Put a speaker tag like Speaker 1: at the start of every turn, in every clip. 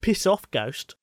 Speaker 1: Piss off, ghost.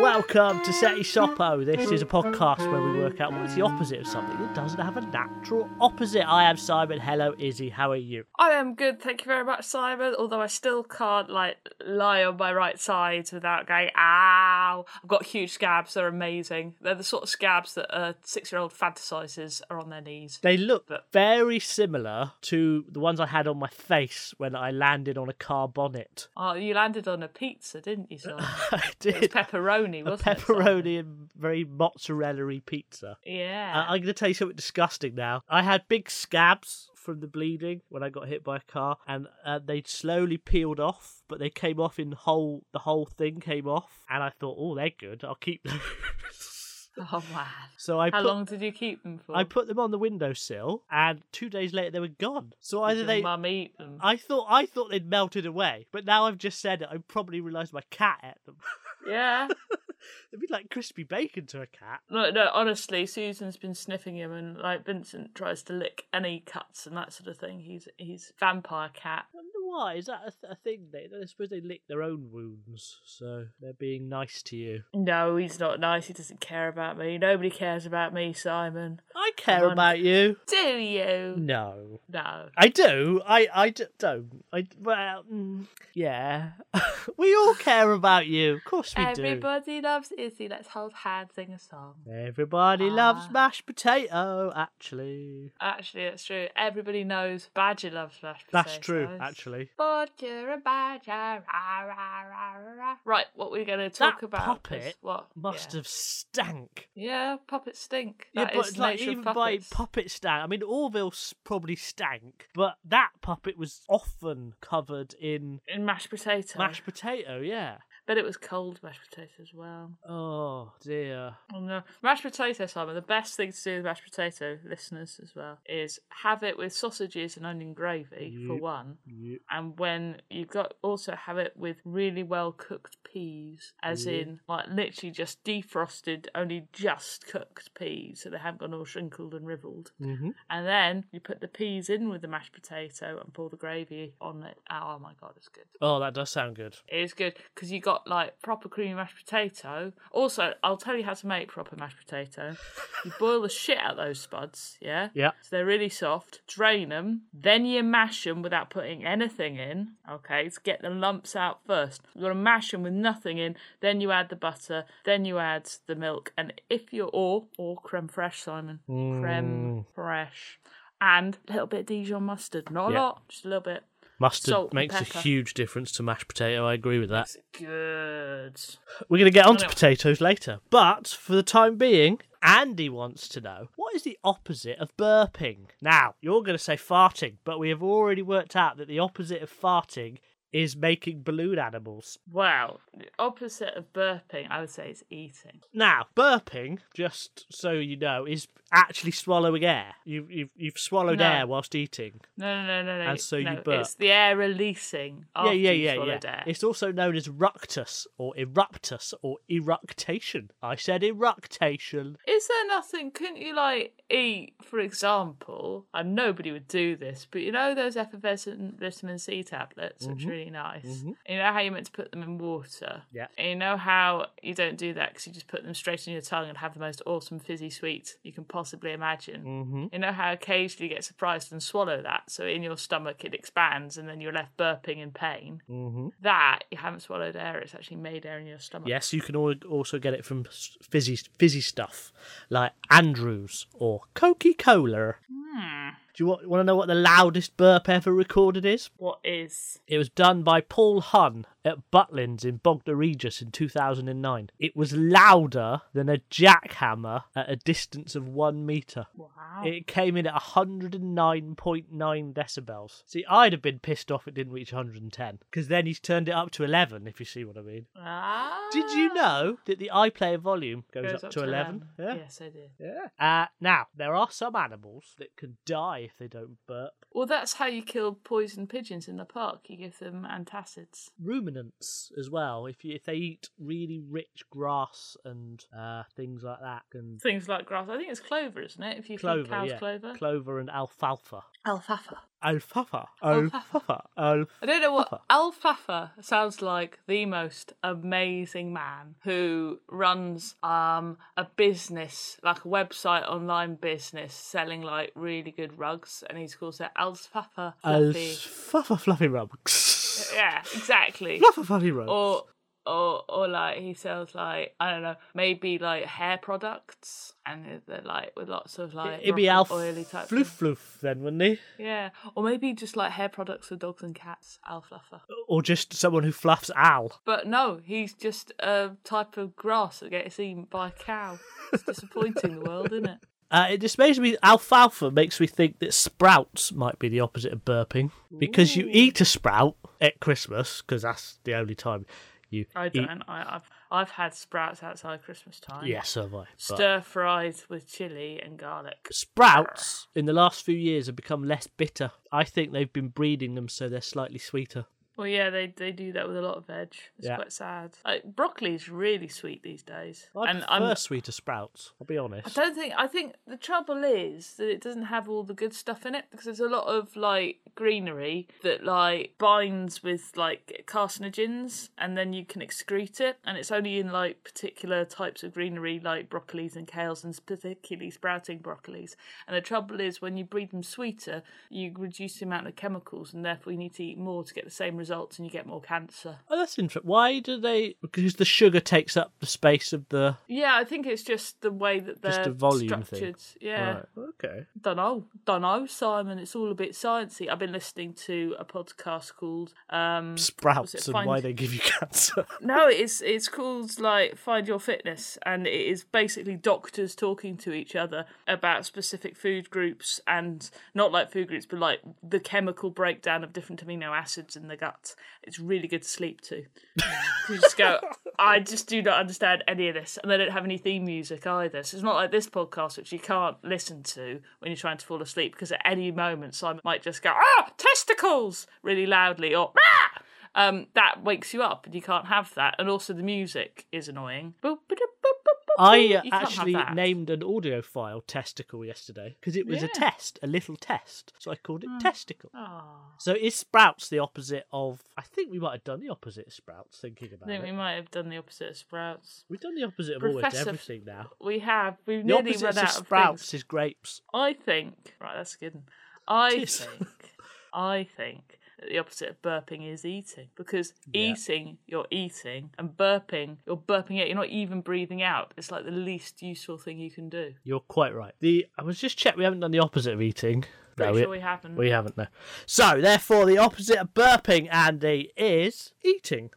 Speaker 1: Welcome to Seti Sopo. This is a podcast where we work out what's the opposite of something that doesn't have a natural opposite. I am Simon. Hello, Izzy. How are you?
Speaker 2: I am good, thank you very much, Simon. Although I still can't like lie on my right sides without going, ow. I've got huge scabs, they're amazing. They're the sort of scabs that a six year old fantasizes are on their knees.
Speaker 1: They look
Speaker 2: But-
Speaker 1: very similar to the ones I had on my face when I landed on a car bonnet.
Speaker 2: Oh, you landed on a pizza, didn't you, Simon?
Speaker 1: I
Speaker 2: It was
Speaker 1: did.
Speaker 2: pepperoni,
Speaker 1: A
Speaker 2: wasn't it?
Speaker 1: pepperoni and very mozzarella pizza.
Speaker 2: Simon? Yeah.
Speaker 1: Uh, I'm going to tell you something disgusting now. I had big scabs from the bleeding when I got hit by a car, and uh, they slowly peeled off, but they came off in whole. The whole thing came off, and I thought, oh, they're good. I'll keep them.
Speaker 2: Oh, man.
Speaker 1: so I
Speaker 2: How
Speaker 1: put,
Speaker 2: long did you keep them for?
Speaker 1: I put them on the windowsill, and two days later they were gone. So
Speaker 2: Did
Speaker 1: either
Speaker 2: your
Speaker 1: they.
Speaker 2: mum eat them?
Speaker 1: I thought I thought they'd melted away, but now I've just said it. I probably realised my cat ate them.
Speaker 2: Yeah.
Speaker 1: They'd be like crispy bacon to a cat.
Speaker 2: No, no, honestly, Susan's been sniffing him, and like Vincent tries to lick any cuts and that sort of thing. He's he's vampire cat.
Speaker 1: I wonder why. Is that a, th- a thing? They, I suppose they lick their own wounds, so they're being nice to you.
Speaker 2: No, he's not nice. He doesn't care about me. Nobody cares about me, Simon.
Speaker 1: I care
Speaker 2: Come on.
Speaker 1: about you.
Speaker 2: Do you?
Speaker 1: No,
Speaker 2: No.
Speaker 1: I do. I I d- don't. I well, mm, yeah. we all care about you. Of course we
Speaker 2: Everybody loves Izzy. Let's hold hands, sing a song.
Speaker 1: do. Everybody loves
Speaker 2: Ah.
Speaker 1: mashed potato. Actually,
Speaker 2: Actually, that's true. Everybody knows Badger loves mashed
Speaker 1: that's
Speaker 2: potatoes.
Speaker 1: true. Actually,
Speaker 2: Badger, a badger, rah, rah, rah, rah, rah. Right, what we're going to talk
Speaker 1: That
Speaker 2: about
Speaker 1: puppet
Speaker 2: is what
Speaker 1: must
Speaker 2: yeah.
Speaker 1: have stank.
Speaker 2: Yeah, puppets stink. That
Speaker 1: yeah,
Speaker 2: is
Speaker 1: but
Speaker 2: the
Speaker 1: like
Speaker 2: nature of
Speaker 1: even by
Speaker 2: puppets.
Speaker 1: puppet stank. I mean, Orville s- probably stank, but that puppet was often covered in
Speaker 2: in mashed potato.
Speaker 1: mashed potato. Yeah.
Speaker 2: But it was cold mashed potato as well.
Speaker 1: Oh dear.
Speaker 2: Oh no. Mashed potato, Simon, the best thing to do with mashed potato, listeners as well, is have it with sausages and onion gravy for
Speaker 1: Yep.
Speaker 2: one.
Speaker 1: You-
Speaker 2: And when you've got also have it with really well cooked peas, as
Speaker 1: Yeah.
Speaker 2: in like literally just defrosted, only just cooked peas, so they haven't gone all shrinkled and riveled.
Speaker 1: Mhm.
Speaker 2: And then you put the peas in with the mashed potato and pour the gravy on it. Oh my god, it's good.
Speaker 1: Oh, that does sound good.
Speaker 2: It is good because you got like proper creamy mashed potato. Also, I'll tell you how to make proper mashed potato. you boil the shit out of those spuds, yeah?
Speaker 1: Yeah.
Speaker 2: So they're really soft. Drain them, then you mash them without putting anything in. Okay, to get the lumps out first. You want to mash them with nothing in. Then you add the butter. Then you add the milk. And if you're or or creme fraiche, Simon,
Speaker 1: Mm.
Speaker 2: creme fraiche, and a little bit of Dijon mustard. Not
Speaker 1: Yeah.
Speaker 2: a lot, just a little bit.
Speaker 1: Mustard
Speaker 2: Salt and
Speaker 1: makes a
Speaker 2: pepper.
Speaker 1: huge difference to mashed potato. I agree with that.
Speaker 2: Good.
Speaker 1: We're going to get onto
Speaker 2: know.
Speaker 1: potatoes later, but for the time being, Andy wants to know what is the opposite of burping. Now you're going to say farting, but we have already worked out that the opposite of farting is making balloon animals.
Speaker 2: Well, the opposite of burping, I would say, is eating.
Speaker 1: Now, burping, just so you know, is actually swallowing air. You've you've, you've swallowed
Speaker 2: No.
Speaker 1: air whilst eating.
Speaker 2: No, no, no, no, no.
Speaker 1: And so you
Speaker 2: no,
Speaker 1: burp.
Speaker 2: It's the air releasing. After
Speaker 1: yeah,
Speaker 2: you
Speaker 1: yeah, yeah, yeah.
Speaker 2: swallowed Air.
Speaker 1: It's also known as ructus or eruptus or eructation. I said eructation.
Speaker 2: Is there nothing? Couldn't you like eat, for example? And nobody would do this, but you know those effervescent vitamin C tablets, which are really nice. You know how you're meant to put them in water.
Speaker 1: Mm-hmm. Yeah.
Speaker 2: And you know how you don't do that because you just put them straight in your tongue and have the most awesome fizzy sweet you can possibly imagine.
Speaker 1: Mm-hmm.
Speaker 2: You know how occasionally you get surprised and swallow that, so in your stomach it expands and then you're left burping in pain.
Speaker 1: Mm-hmm.
Speaker 2: That you haven't swallowed air; it's actually made air in your stomach.
Speaker 1: Yes, you can al- also get it from s- fizzy fizzy stuff like Andrews or Coca Cola.
Speaker 2: Hmm.
Speaker 1: Do you want, want to know what the loudest burp ever recorded is?
Speaker 2: What is?
Speaker 1: It was done by Paul Hun at Butlins in Bognor Regis in 2009. It was louder than a jackhammer at a distance of one metre.
Speaker 2: Wow.
Speaker 1: It came in at 109.9 decibels. See, I'd have been pissed off it didn't reach 110 because then he's turned it up to 11, if you see what I mean.
Speaker 2: Ah.
Speaker 1: Did you know that the iPlayer volume goes, up, to 11?
Speaker 2: Yes, I did.
Speaker 1: Yeah. Uh, now, there are some animals that can die if they don't burp.
Speaker 2: Well, that's how you kill poison pigeons in the park. You give them antacids.
Speaker 1: Ruminants ruminants as well. If you, if they eat really rich grass and uh, things like that, and
Speaker 2: Things like grass. I think it's clover, isn't it? If you
Speaker 1: clover,
Speaker 2: feed cows
Speaker 1: yeah,
Speaker 2: clover.
Speaker 1: clover and alfalfa,
Speaker 2: alfalfa.
Speaker 1: alfalfa, alfalfa, alfalfa.
Speaker 2: I don't know what alfalfa sounds like. The most amazing man who runs um a business like a website online business selling like really good rugs, and he calls it alfalfa. Fluffy.
Speaker 1: Alfalfa fluffy rugs.
Speaker 2: yeah, exactly.
Speaker 1: Fluffy fluffy rugs.
Speaker 2: or or or like he sells like I don't know maybe like hair products and they're like with lots of like
Speaker 1: It'd be alf
Speaker 2: rough and oily type
Speaker 1: floof
Speaker 2: thing.
Speaker 1: floof then, wouldn't he?
Speaker 2: yeah or maybe just like hair products for dogs and cats al fluffer
Speaker 1: Or just someone who fluffs al.
Speaker 2: but no he's just a type of grass that gets eaten by a cow it's disappointing the world isn't it
Speaker 1: Uh, it just makes me alfalfa makes me think that sprouts might be the opposite of burping because you eat a sprout at Christmas because that's the only time you
Speaker 2: I
Speaker 1: eat.
Speaker 2: don't I, I've I've had sprouts outside Christmas time
Speaker 1: Yeah, so have I. But
Speaker 2: stir fries with chili and garlic
Speaker 1: sprouts in the last few years have become less bitter. I think they've been breeding them so they're slightly sweeter.
Speaker 2: Well, yeah, they they do that with a lot of veg. It's
Speaker 1: Yeah.
Speaker 2: quite sad. Like, broccoli's really sweet these days,
Speaker 1: I
Speaker 2: and
Speaker 1: prefer
Speaker 2: I'm.
Speaker 1: sweeter sprouts. I'll be honest.
Speaker 2: I don't think. I think the trouble is that it doesn't have all the good stuff in it because there's a lot of like greenery that like binds with like carcinogens, and then you can excrete it, and it's only in like particular types of greenery like broccolis and kales, and particularly sprouting broccolis. And the trouble is when you breed them sweeter, you reduce the amount of chemicals, and therefore you need to eat more to get the same results, and you get more cancer.
Speaker 1: Oh, that's interesting. Why do they? Because the sugar takes up the space of the.
Speaker 2: Yeah, I think it's just the way that they're
Speaker 1: Just a volume thing.
Speaker 2: structured. Yeah,
Speaker 1: Right. Okay.
Speaker 2: don't know, don't know, Simon. It's all a bit sciencey. I've been listening to a podcast called um,
Speaker 1: Sprouts and
Speaker 2: find-
Speaker 1: why they give you cancer.
Speaker 2: no, it's it's called like Find Your Fitness, and it is basically doctors talking to each other about specific food groups and not like food groups, but like the chemical breakdown of different amino acids in the gut. It's really good to sleep to. you just go, I just do not understand any of this, and they don't have any theme music either. So it's not like this podcast, which you can't listen to when you're trying to fall asleep, because at any moment Simon might just go, ah, testicles, really loudly, or ah um, that wakes you up and you can't have that. And also the music is annoying. Boop, ba-da, boop, boop, boop, boop.
Speaker 1: I
Speaker 2: You can't have
Speaker 1: actually
Speaker 2: that.
Speaker 1: named an audio file testicle yesterday because it was a test, a little test. So I called
Speaker 2: Mm.
Speaker 1: it testicle.
Speaker 2: Aw.
Speaker 1: So is sprouts the opposite of? I think we might have done the opposite of sprouts. Thinking
Speaker 2: I
Speaker 1: about
Speaker 2: think
Speaker 1: it,
Speaker 2: we might have done the opposite of sprouts.
Speaker 1: we've done the opposite of almost
Speaker 2: Professor-
Speaker 1: everything now.
Speaker 2: We have. We've
Speaker 1: The
Speaker 2: nearly
Speaker 1: opposite
Speaker 2: run
Speaker 1: of
Speaker 2: out of
Speaker 1: sprouts
Speaker 2: things.
Speaker 1: is grapes.
Speaker 2: I think. Right, that's a good. One. I
Speaker 1: Tis.
Speaker 2: think. I think that the opposite of burping is eating because
Speaker 1: Yeah.
Speaker 2: eating you're eating and burping you're burping it you're not even breathing out it's like the least useful thing you can do
Speaker 1: You're quite right. The I was just checked. We haven't done the opposite of eating.
Speaker 2: pretty
Speaker 1: we-
Speaker 2: sure we haven't
Speaker 1: We haven't, no. So, therefore, the opposite of burping, Andy, is eating.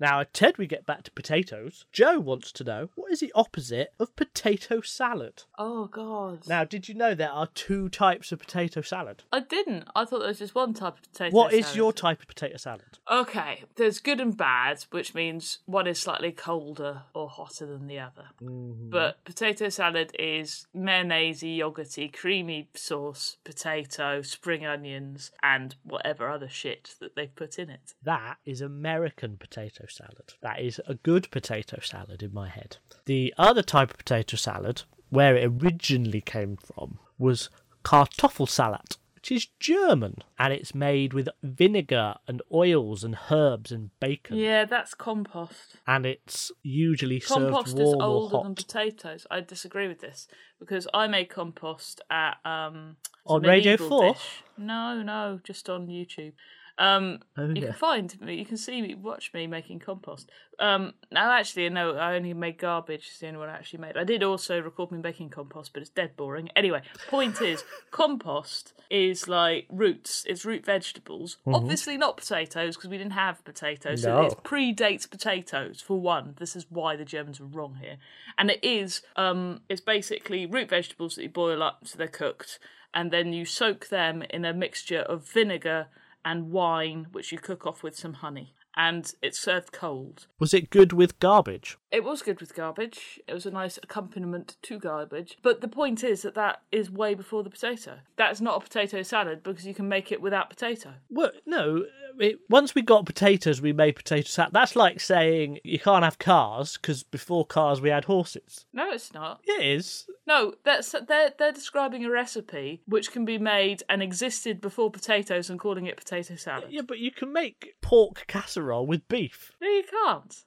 Speaker 1: Now, Ted, we get back to potatoes. Joe wants to know what is the opposite of potato salad?
Speaker 2: oh god
Speaker 1: Now, did you know there are two types of potato salad?
Speaker 2: I didn't. I thought there was just one type of potato.
Speaker 1: What is
Speaker 2: salad.
Speaker 1: your type of potato salad?
Speaker 2: Okay, there's good and bad, which means one is slightly colder or hotter than the other.
Speaker 1: Mm-hmm.
Speaker 2: But potato salad is mayonnaisey, yogurty, creamy sauce, potato, spring onions, and whatever other shit that they've put in it.
Speaker 1: That is American potato salad. That is a good potato salad in my head. The other type of potato salad, where it originally came from, was Kartoffelsalat, which is German, and it's made with vinegar and oils and herbs and bacon.
Speaker 2: Yeah, that's compost.
Speaker 1: And it's usually
Speaker 2: Compost
Speaker 1: served
Speaker 2: is
Speaker 1: warm or
Speaker 2: older than
Speaker 1: hot.
Speaker 2: potatoes. I disagree with this because I made compost at um it's a
Speaker 1: On Radio
Speaker 2: medieval
Speaker 1: 4?
Speaker 2: dish. No, no, just on YouTube. Um,
Speaker 1: Oh,
Speaker 2: you
Speaker 1: yeah.
Speaker 2: can find me. You can see me, watch me making compost. Um, now actually, no, I only made garbage. Is the only one I actually made. I did also record me making compost, but it's dead boring. Anyway, point is, compost is like roots. It's root vegetables. Obviously not potatoes because we didn't have potatoes. So
Speaker 1: No.
Speaker 2: it's predates potatoes for one. This is why the Germans were wrong here, and it is um, it's basically root vegetables that you boil up so they're cooked, and then you soak them in a mixture of vinegar and wine, which you cook off with some honey, and it's served cold.
Speaker 1: Was it good with garbage?
Speaker 2: It was good with garbage. It was a nice accompaniment to garbage. But the point is that that is way before the potato. That's not a potato salad because you can make it without potato.
Speaker 1: Well, no, it, once we got potatoes, we made potato salad. That's like saying you can't have cars because before cars we had horses.
Speaker 2: No, it's not.
Speaker 1: It is.
Speaker 2: No, that's they're they're describing a recipe which can be made and existed before potatoes and calling it potato salad.
Speaker 1: Yeah, but you can make pork casserole with beef.
Speaker 2: No, you can't.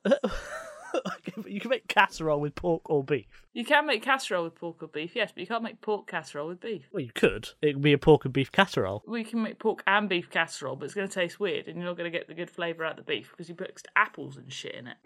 Speaker 1: you can make casserole with pork or beef.
Speaker 2: You can make casserole with pork or beef, yes, but you can't make pork casserole with beef.
Speaker 1: Well, you could. It would be a pork and beef casserole.
Speaker 2: We can make pork and beef casserole, but it's going to taste weird, and you're not going to get the good flavour out of the beef because you put extra apples and shit in it.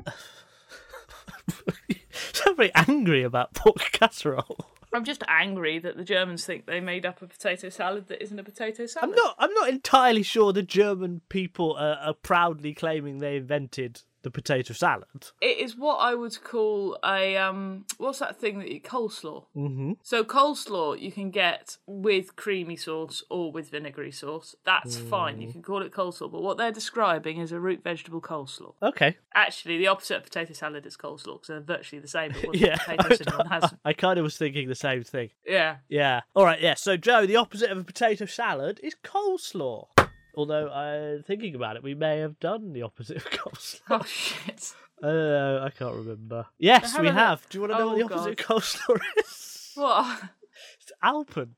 Speaker 1: so very angry about pork casserole.
Speaker 2: I'm just angry that the Germans think they made up a potato salad that isn't a potato salad.
Speaker 1: I'm not. I'm not entirely sure the German people are, are proudly claiming they invented the potato salad.
Speaker 2: It is what I would call a um. What's that thing that you coleslaw? Mm-hmm. So coleslaw you can get with creamy sauce or with vinegary sauce. That's fine.
Speaker 1: Mm.
Speaker 2: You can call it coleslaw, but what they're describing is a root vegetable coleslaw.
Speaker 1: Okay.
Speaker 2: Actually, the opposite of potato salad is coleslaw because they're virtually the same. But one's
Speaker 1: Yeah.
Speaker 2: potatoes and one has.
Speaker 1: I kind of was thinking the same thing.
Speaker 2: Yeah.
Speaker 1: Yeah. All right. Yeah. So, Joe, the opposite of a potato salad is coleslaw. Although, uh, thinking about it, we may have done the opposite of coleslaw.
Speaker 2: Oh shit.
Speaker 1: Uh, I can't remember. Yes,
Speaker 2: have
Speaker 1: we
Speaker 2: a look.
Speaker 1: have. Do you want to know what
Speaker 2: Oh,
Speaker 1: the opposite of coleslaw is?
Speaker 2: What?
Speaker 1: It's Alpen.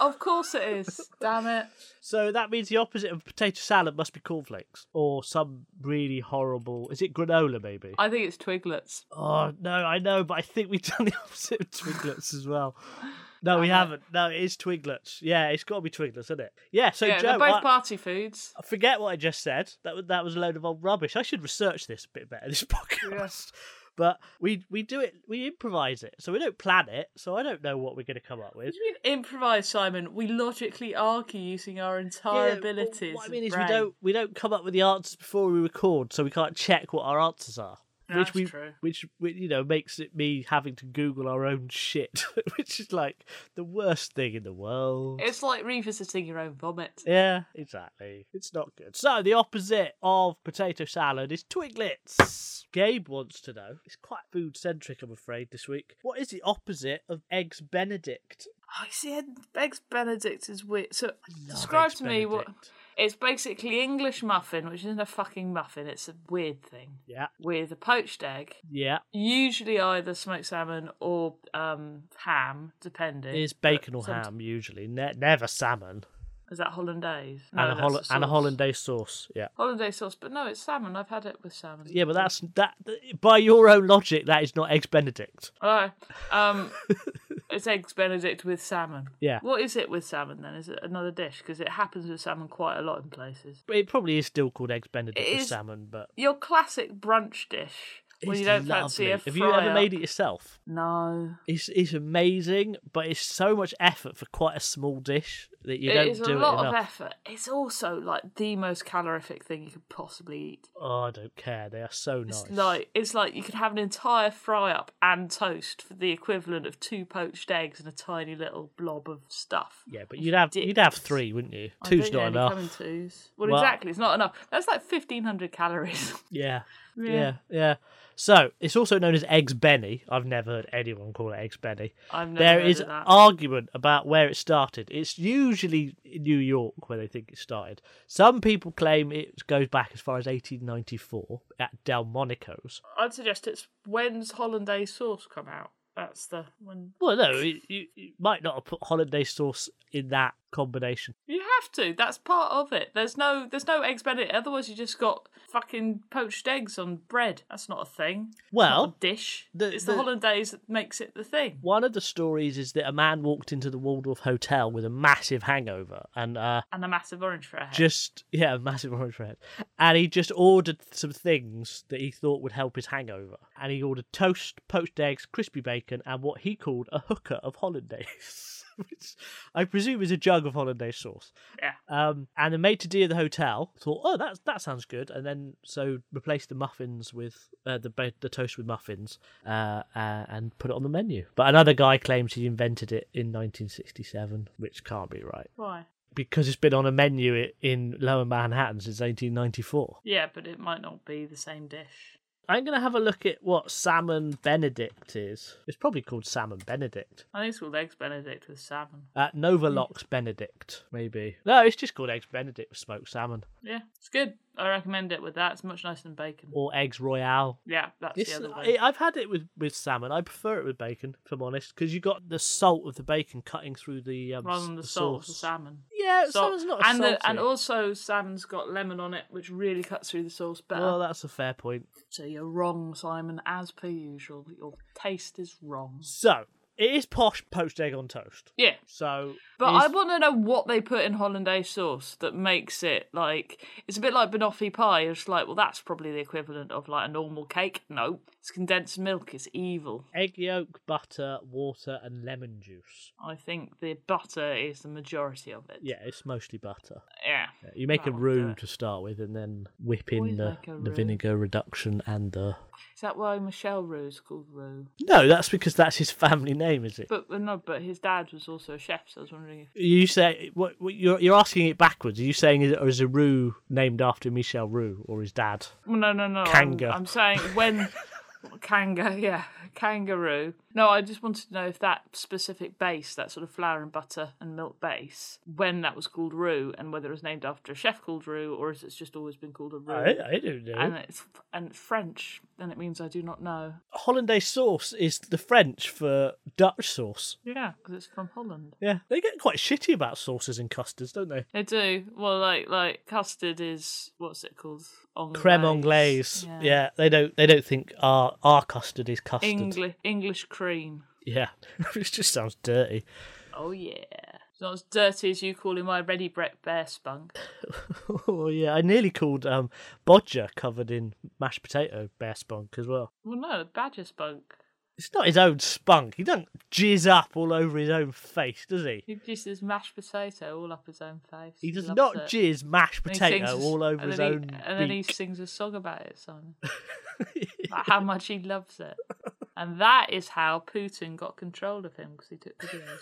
Speaker 2: Of course it is. Damn it.
Speaker 1: So that means the opposite of potato salad must be cornflakes or some really horrible. Is it granola, maybe?
Speaker 2: I think it's twiglets.
Speaker 1: Oh no, I know, but I think we've done the opposite of Twiglets as well. No, we haven't. No, it is Twiglets. Yeah, it's got to be Twiglets, isn't it? Yeah. So
Speaker 2: Yeah,
Speaker 1: Joe,
Speaker 2: they're both
Speaker 1: I-
Speaker 2: party foods.
Speaker 1: I forget what I just said. That was, that was a load of old rubbish. I should research this a bit better. This podcast. But we we do it. We improvise it, so we don't plan it. So I don't know what we're going to come up with.
Speaker 2: You mean improvise, Simon? We logically argue using our
Speaker 1: Yeah,
Speaker 2: entire
Speaker 1: well,
Speaker 2: abilities.
Speaker 1: What I
Speaker 2: of
Speaker 1: mean is
Speaker 2: brain.
Speaker 1: we don't we don't come up with the answers before we record, so we can't check what our answers are. which
Speaker 2: That's
Speaker 1: we,
Speaker 2: true.
Speaker 1: which we- you know makes it me having to Google our own shit, which is like the worst thing in the world.
Speaker 2: It's like revisiting your own vomit.
Speaker 1: Yeah, exactly. It's not good. So the opposite of potato salad is twiglets. Gabe wants to know. It's quite food centric, I'm afraid, this week. What is the opposite of eggs Benedict?
Speaker 2: I see. Eggs Benedict is weird. So
Speaker 1: Love
Speaker 2: describe
Speaker 1: eggs
Speaker 2: to me what.
Speaker 1: Benedict.
Speaker 2: It's basically English muffin, which isn't a fucking muffin. It's a weird thing
Speaker 1: Yeah,
Speaker 2: with a poached egg,
Speaker 1: yeah.
Speaker 2: usually either smoked salmon or um, ham, depending.
Speaker 1: It is bacon or
Speaker 2: somet-
Speaker 1: ham usually. Ne- never salmon
Speaker 2: Is that hollandaise? No,
Speaker 1: and a
Speaker 2: that's
Speaker 1: hol-
Speaker 2: the
Speaker 1: and a
Speaker 2: sauce.
Speaker 1: hollandaise sauce. Yeah.
Speaker 2: Hollandaise sauce, but no, it's salmon. I've had it with salmon.
Speaker 1: Yeah, but that's that. By your own logic, that is not eggs Benedict.
Speaker 2: Oh, um, it's eggs Benedict with salmon.
Speaker 1: Yeah.
Speaker 2: What is it with salmon then? Is it another dish? Because it happens with salmon quite a lot in places.
Speaker 1: It probably is still called eggs Benedict
Speaker 2: It
Speaker 1: with
Speaker 2: is-
Speaker 1: salmon, but
Speaker 2: Your classic brunch dish. Well,
Speaker 1: it's
Speaker 2: you don't fancy a
Speaker 1: lovely. Have you ever
Speaker 2: fry-up.
Speaker 1: made it yourself?
Speaker 2: No.
Speaker 1: It's it's amazing, but it's so much effort for quite a small dish that you
Speaker 2: it
Speaker 1: don't
Speaker 2: is a
Speaker 1: do it
Speaker 2: lot
Speaker 1: enough.
Speaker 2: of effort. It's also like the most calorific thing you could possibly eat.
Speaker 1: Oh, I don't care. They are so nice.
Speaker 2: It's like it's like you could have an entire fry up and toast for the equivalent of two poached eggs and a tiny little blob of stuff.
Speaker 1: yeah, but you'd have you'd have three, wouldn't you?
Speaker 2: I
Speaker 1: Two's
Speaker 2: don't
Speaker 1: not
Speaker 2: really
Speaker 1: enough.
Speaker 2: come in twos. Well,
Speaker 1: Well-
Speaker 2: exactly, it's not enough. That's like fifteen hundred calories.
Speaker 1: Yeah, yeah,
Speaker 2: Yeah.
Speaker 1: yeah, So it's also known as eggs Benny. I've never heard anyone call it eggs Benny.
Speaker 2: I've never
Speaker 1: There
Speaker 2: heard
Speaker 1: is
Speaker 2: of that.
Speaker 1: argument about where it started. It's usually in New York where they think it started. Some people claim it goes back as far as 1894 at Delmonico's.
Speaker 2: I'd suggest it's when's hollandaise sauce come out. That's the when
Speaker 1: Well, no, you, you, you might not have put hollandaise sauce in that combination.
Speaker 2: you have to. That's part of it. There's no there's no eggs benedict. Otherwise, you just got fucking poached eggs on bread. That's not a thing.
Speaker 1: Well,
Speaker 2: Not a dish.
Speaker 1: the-
Speaker 2: it's the,
Speaker 1: the-
Speaker 2: hollandaise that makes it the thing.
Speaker 1: one of the stories is that a man walked into the Waldorf Hotel with a massive hangover and uh,
Speaker 2: And a massive orange for a head.
Speaker 1: just, yeah, a massive orange red. And he just ordered some things that he thought would help his hangover. And he ordered toast, poached eggs, crispy bacon, and what he called a hooker of hollandaise, which I presume is a jug of hollandaise sauce.
Speaker 2: Yeah.
Speaker 1: Um, and the maitre d' of the hotel thought, "Oh, that that sounds good," and then so replaced the muffins with uh, the ba- the toast with muffins, uh, uh, and put it on the menu. But another guy claims he invented it in 1967, which can't be right
Speaker 2: Why?
Speaker 1: because it's been on a menu i- in Lower Manhattan since 1894.
Speaker 2: Yeah, but it might not be the same dish.
Speaker 1: I'm going to have a look at what Salmon Benedict is. It's probably called Salmon Benedict.
Speaker 2: I think it's called Eggs Benedict with salmon.
Speaker 1: Uh, Novalox Benedict, maybe. No, it's just called Eggs Benedict with smoked salmon.
Speaker 2: Yeah, it's good. I recommend it with that. It's much nicer than bacon.
Speaker 1: Or Eggs Royale.
Speaker 2: Yeah, that's
Speaker 1: It's,
Speaker 2: the other
Speaker 1: I,
Speaker 2: way.
Speaker 1: I've had it with, with salmon. I prefer it with bacon, if I'm honest, because you got the salt of the bacon cutting through the, um,
Speaker 2: Rather
Speaker 1: s-
Speaker 2: than the,
Speaker 1: the
Speaker 2: salt of
Speaker 1: sauce.
Speaker 2: the salmon.
Speaker 1: Yeah,
Speaker 2: Salt-
Speaker 1: salmon's not as
Speaker 2: and
Speaker 1: salty.
Speaker 2: the, and also salmon's got lemon on it, which really cuts through the sauce better.
Speaker 1: Well, that's a fair point.
Speaker 2: so you're wrong, Simon, as per usual. Your taste is wrong.
Speaker 1: So it is posh poached egg on toast.
Speaker 2: Yeah,
Speaker 1: So,
Speaker 2: But
Speaker 1: is-
Speaker 2: I want to know what they put in hollandaise sauce that makes it like it's a bit like banoffee pie. It's like, well, that's probably the equivalent of like a normal cake. No, it's condensed milk. It's evil.
Speaker 1: egg yolk, butter, water, and lemon juice.
Speaker 2: I think the butter is the majority of it.
Speaker 1: Yeah, it's mostly butter.
Speaker 2: yeah.
Speaker 1: You make a
Speaker 2: That'll do
Speaker 1: roux
Speaker 2: it.
Speaker 1: to start with, and then whip in
Speaker 2: Oh, Always
Speaker 1: the,
Speaker 2: like a
Speaker 1: the
Speaker 2: roux.
Speaker 1: vinegar reduction and the.
Speaker 2: Is that why Michelle Roux's called Roux?
Speaker 1: No, that's because that's his family name, is it?
Speaker 2: But well, no, but his dad was also a chef, so I was wondering if
Speaker 1: You say what, what you're you're asking it backwards. Are you saying is, or is a roux named after Michel Roux or his dad?
Speaker 2: Well, No, no, no.
Speaker 1: Kanga.
Speaker 2: I'm, I'm saying when Kanga, yeah, kangaroo. No, I just wanted to know if that specific base, that sort of flour and butter and milk base, when that was called roux and whether it was named after a chef called roux or if it's just always been called a roux.
Speaker 1: I, I don't know.
Speaker 2: And it's and it's French, then it means I do not know.
Speaker 1: Hollandaise sauce is the French for Dutch sauce.
Speaker 2: Yeah, because it's from Holland.
Speaker 1: Yeah, they get quite shitty about sauces and custards, don't they?
Speaker 2: They do well, like like custard is what's it called? Anglaise.
Speaker 1: Creme anglaise. Yeah. they don't they don't think our our custard is custard.
Speaker 2: English English cream.
Speaker 1: Yeah, it just sounds dirty.
Speaker 2: Oh yeah. It's not as dirty as you calling my ready Brett bear spunk.
Speaker 1: oh yeah, I nearly called um bodger covered in mashed potato bear spunk as well.
Speaker 2: Well no, badger spunk.
Speaker 1: It's not his own spunk. He doesn't jizz up all over his own face, does he?
Speaker 2: He just is mashed potato all up his own face.
Speaker 1: He does
Speaker 2: loves
Speaker 1: not
Speaker 2: it.
Speaker 1: jizz mashed
Speaker 2: And he
Speaker 1: potato
Speaker 2: sings-
Speaker 1: all over
Speaker 2: and
Speaker 1: his
Speaker 2: then he-
Speaker 1: own
Speaker 2: And then he
Speaker 1: beak.
Speaker 2: sings a song about it, Simon. About how much he loves it. And that is how Putin got control of him because he took videos.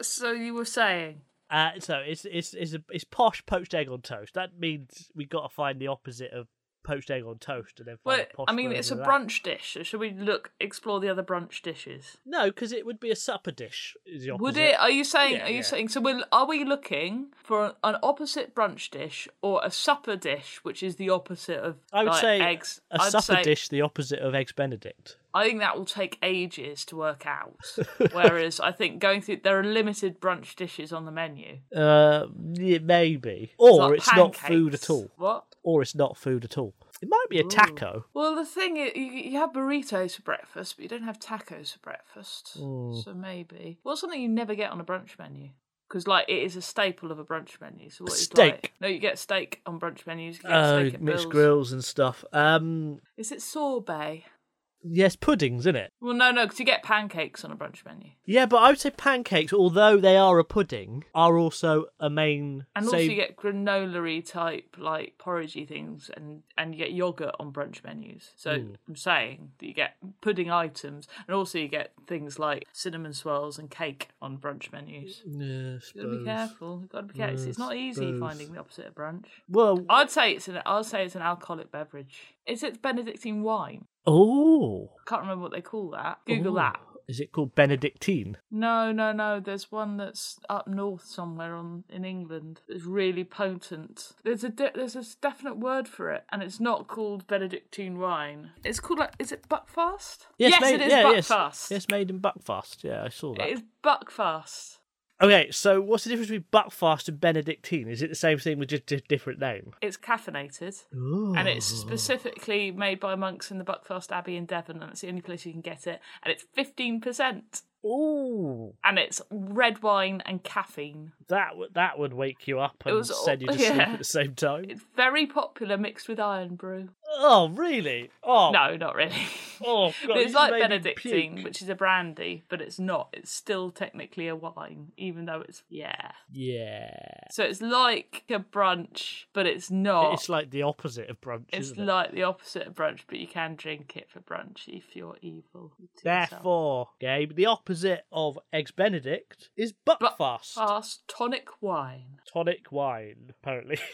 Speaker 2: so you were saying
Speaker 1: Uh, so it's it's it's, a, it's posh poached egg on toast. That means we got to find the opposite of poached egg on toast and then find
Speaker 2: Well,
Speaker 1: a posh
Speaker 2: I mean
Speaker 1: version
Speaker 2: it's a
Speaker 1: of that.
Speaker 2: brunch dish. Should we look explore the other brunch dishes?
Speaker 1: No, because it would be a supper dish. Is the
Speaker 2: Would
Speaker 1: opposite.
Speaker 2: it? Are you saying?
Speaker 1: Yeah,
Speaker 2: are you
Speaker 1: yeah.
Speaker 2: saying? So, we're, are we looking for an opposite brunch dish or a supper dish, which is the opposite of
Speaker 1: I would
Speaker 2: like,
Speaker 1: say
Speaker 2: eggs?
Speaker 1: a
Speaker 2: I'd
Speaker 1: supper
Speaker 2: say-
Speaker 1: dish, the opposite of eggs Benedict.
Speaker 2: I think that will take ages to work out. Whereas I think going through there are limited brunch dishes on the menu.
Speaker 1: Uh, yeah, maybe, or
Speaker 2: Like
Speaker 1: it's not food
Speaker 2: pancakes.
Speaker 1: at all,
Speaker 2: What?
Speaker 1: or it's not food at all. It might be a taco.
Speaker 2: Well, the thing is, you, you have burritos for breakfast, but you don't have tacos for breakfast.
Speaker 1: Hmm.
Speaker 2: So maybe. What's something you never get on a brunch menu? Because like it is a staple of a brunch menu. So what is
Speaker 1: Steak.
Speaker 2: Like, no, you get steak on brunch menus. You get
Speaker 1: Uh,
Speaker 2: steak at
Speaker 1: mixed
Speaker 2: Bill's.
Speaker 1: grills and stuff. Um,
Speaker 2: Is it sorbet?
Speaker 1: yes, puddings, isn't it?
Speaker 2: Well, no, no, because you get pancakes on a brunch menu.
Speaker 1: Yeah, but I would say pancakes, although they are a pudding, are also a main.
Speaker 2: And
Speaker 1: say,
Speaker 2: also you get granola type like porridgey things and, and you get yogurt on brunch menus. So
Speaker 1: Hmm.
Speaker 2: I'm saying that you get pudding items and also you get things like cinnamon swirls and cake on brunch menus.
Speaker 1: Yeah,
Speaker 2: You've got to be careful. You've got to be careful. It's- it's not easy
Speaker 1: suppose.
Speaker 2: finding the opposite of brunch.
Speaker 1: Well,
Speaker 2: I'd say it's an I'd say it's an alcoholic beverage. Is it Benedictine wine?
Speaker 1: oh,
Speaker 2: I can't remember what they call that. Google
Speaker 1: Oh.
Speaker 2: that.
Speaker 1: Is it called Benedictine?
Speaker 2: No, no, no. There's one that's up north somewhere on in England. It's really potent. There's a de- there's a definite word for it, and it's not called Benedictine wine. It's called like is it Buckfast?
Speaker 1: made,
Speaker 2: it is
Speaker 1: yeah, yes.
Speaker 2: Buckfast.
Speaker 1: Yes, made in Buckfast. Yeah, I saw that.
Speaker 2: It is Buckfast.
Speaker 1: Okay, so what's the difference between Buckfast and Benedictine? Is it the same thing with just a different name?
Speaker 2: It's caffeinated, and it's
Speaker 1: Oh.
Speaker 2: specifically made by monks in the Buckfast Abbey in Devon, and it's the only place you can get it. And it's fifteen percent,
Speaker 1: Ooh,
Speaker 2: and it's red wine and caffeine.
Speaker 1: that w- that would wake you up and
Speaker 2: was all-
Speaker 1: send you to sleep
Speaker 2: yeah.
Speaker 1: at the same time.
Speaker 2: It's very popular mixed with iron brew.
Speaker 1: Oh, really? Oh,
Speaker 2: No, not really.
Speaker 1: oh, God,
Speaker 2: But
Speaker 1: this
Speaker 2: it's like
Speaker 1: made me
Speaker 2: Benedictine,
Speaker 1: puke.
Speaker 2: which is a brandy, but it's not. It's still technically a wine, even though it's yeah.
Speaker 1: Yeah,
Speaker 2: So it's like a brunch, but it's not.
Speaker 1: it's like the opposite of brunch,
Speaker 2: Oh. It's
Speaker 1: isn't it?
Speaker 2: like the opposite of brunch, but you can drink it for brunch if you're evil. to yourself.
Speaker 1: Therefore, Gabe, the opposite of eggs Benedict is Buckfast
Speaker 2: oh. Fast tonic wine.
Speaker 1: tonic wine, apparently.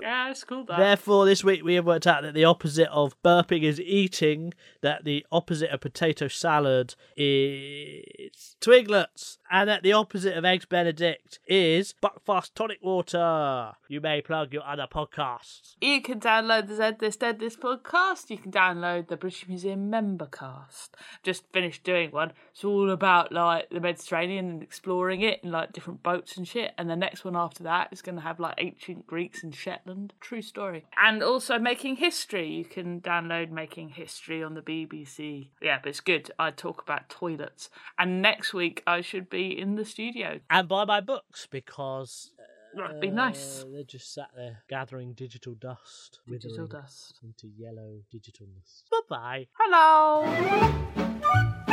Speaker 2: Yeah, it's cool that.
Speaker 1: Therefore, this week we have worked out that the opposite of burping is eating, that the opposite of potato salad is twiglets, and that the opposite of eggs benedict is buckfast tonic water. You may plug your other podcasts.
Speaker 2: You can download the Zed This Dead This podcast. You can download the British Museum Membercast. Just finished doing one. It's all about like the Mediterranean and exploring it and like different boats and shit. And the next one after that is going to have like ancient Greeks and Shetland. True story. And also Making History. You can download Making History on the BBC. Yeah, but it's good. I talk about toilets. And next week I should be in the studio.
Speaker 1: And buy my books because
Speaker 2: That'd be nice.
Speaker 1: uh, they're just sat there gathering digital dust,
Speaker 2: Digital
Speaker 1: withering
Speaker 2: dust.
Speaker 1: into yellow digitalness. Bye bye.
Speaker 2: Hello.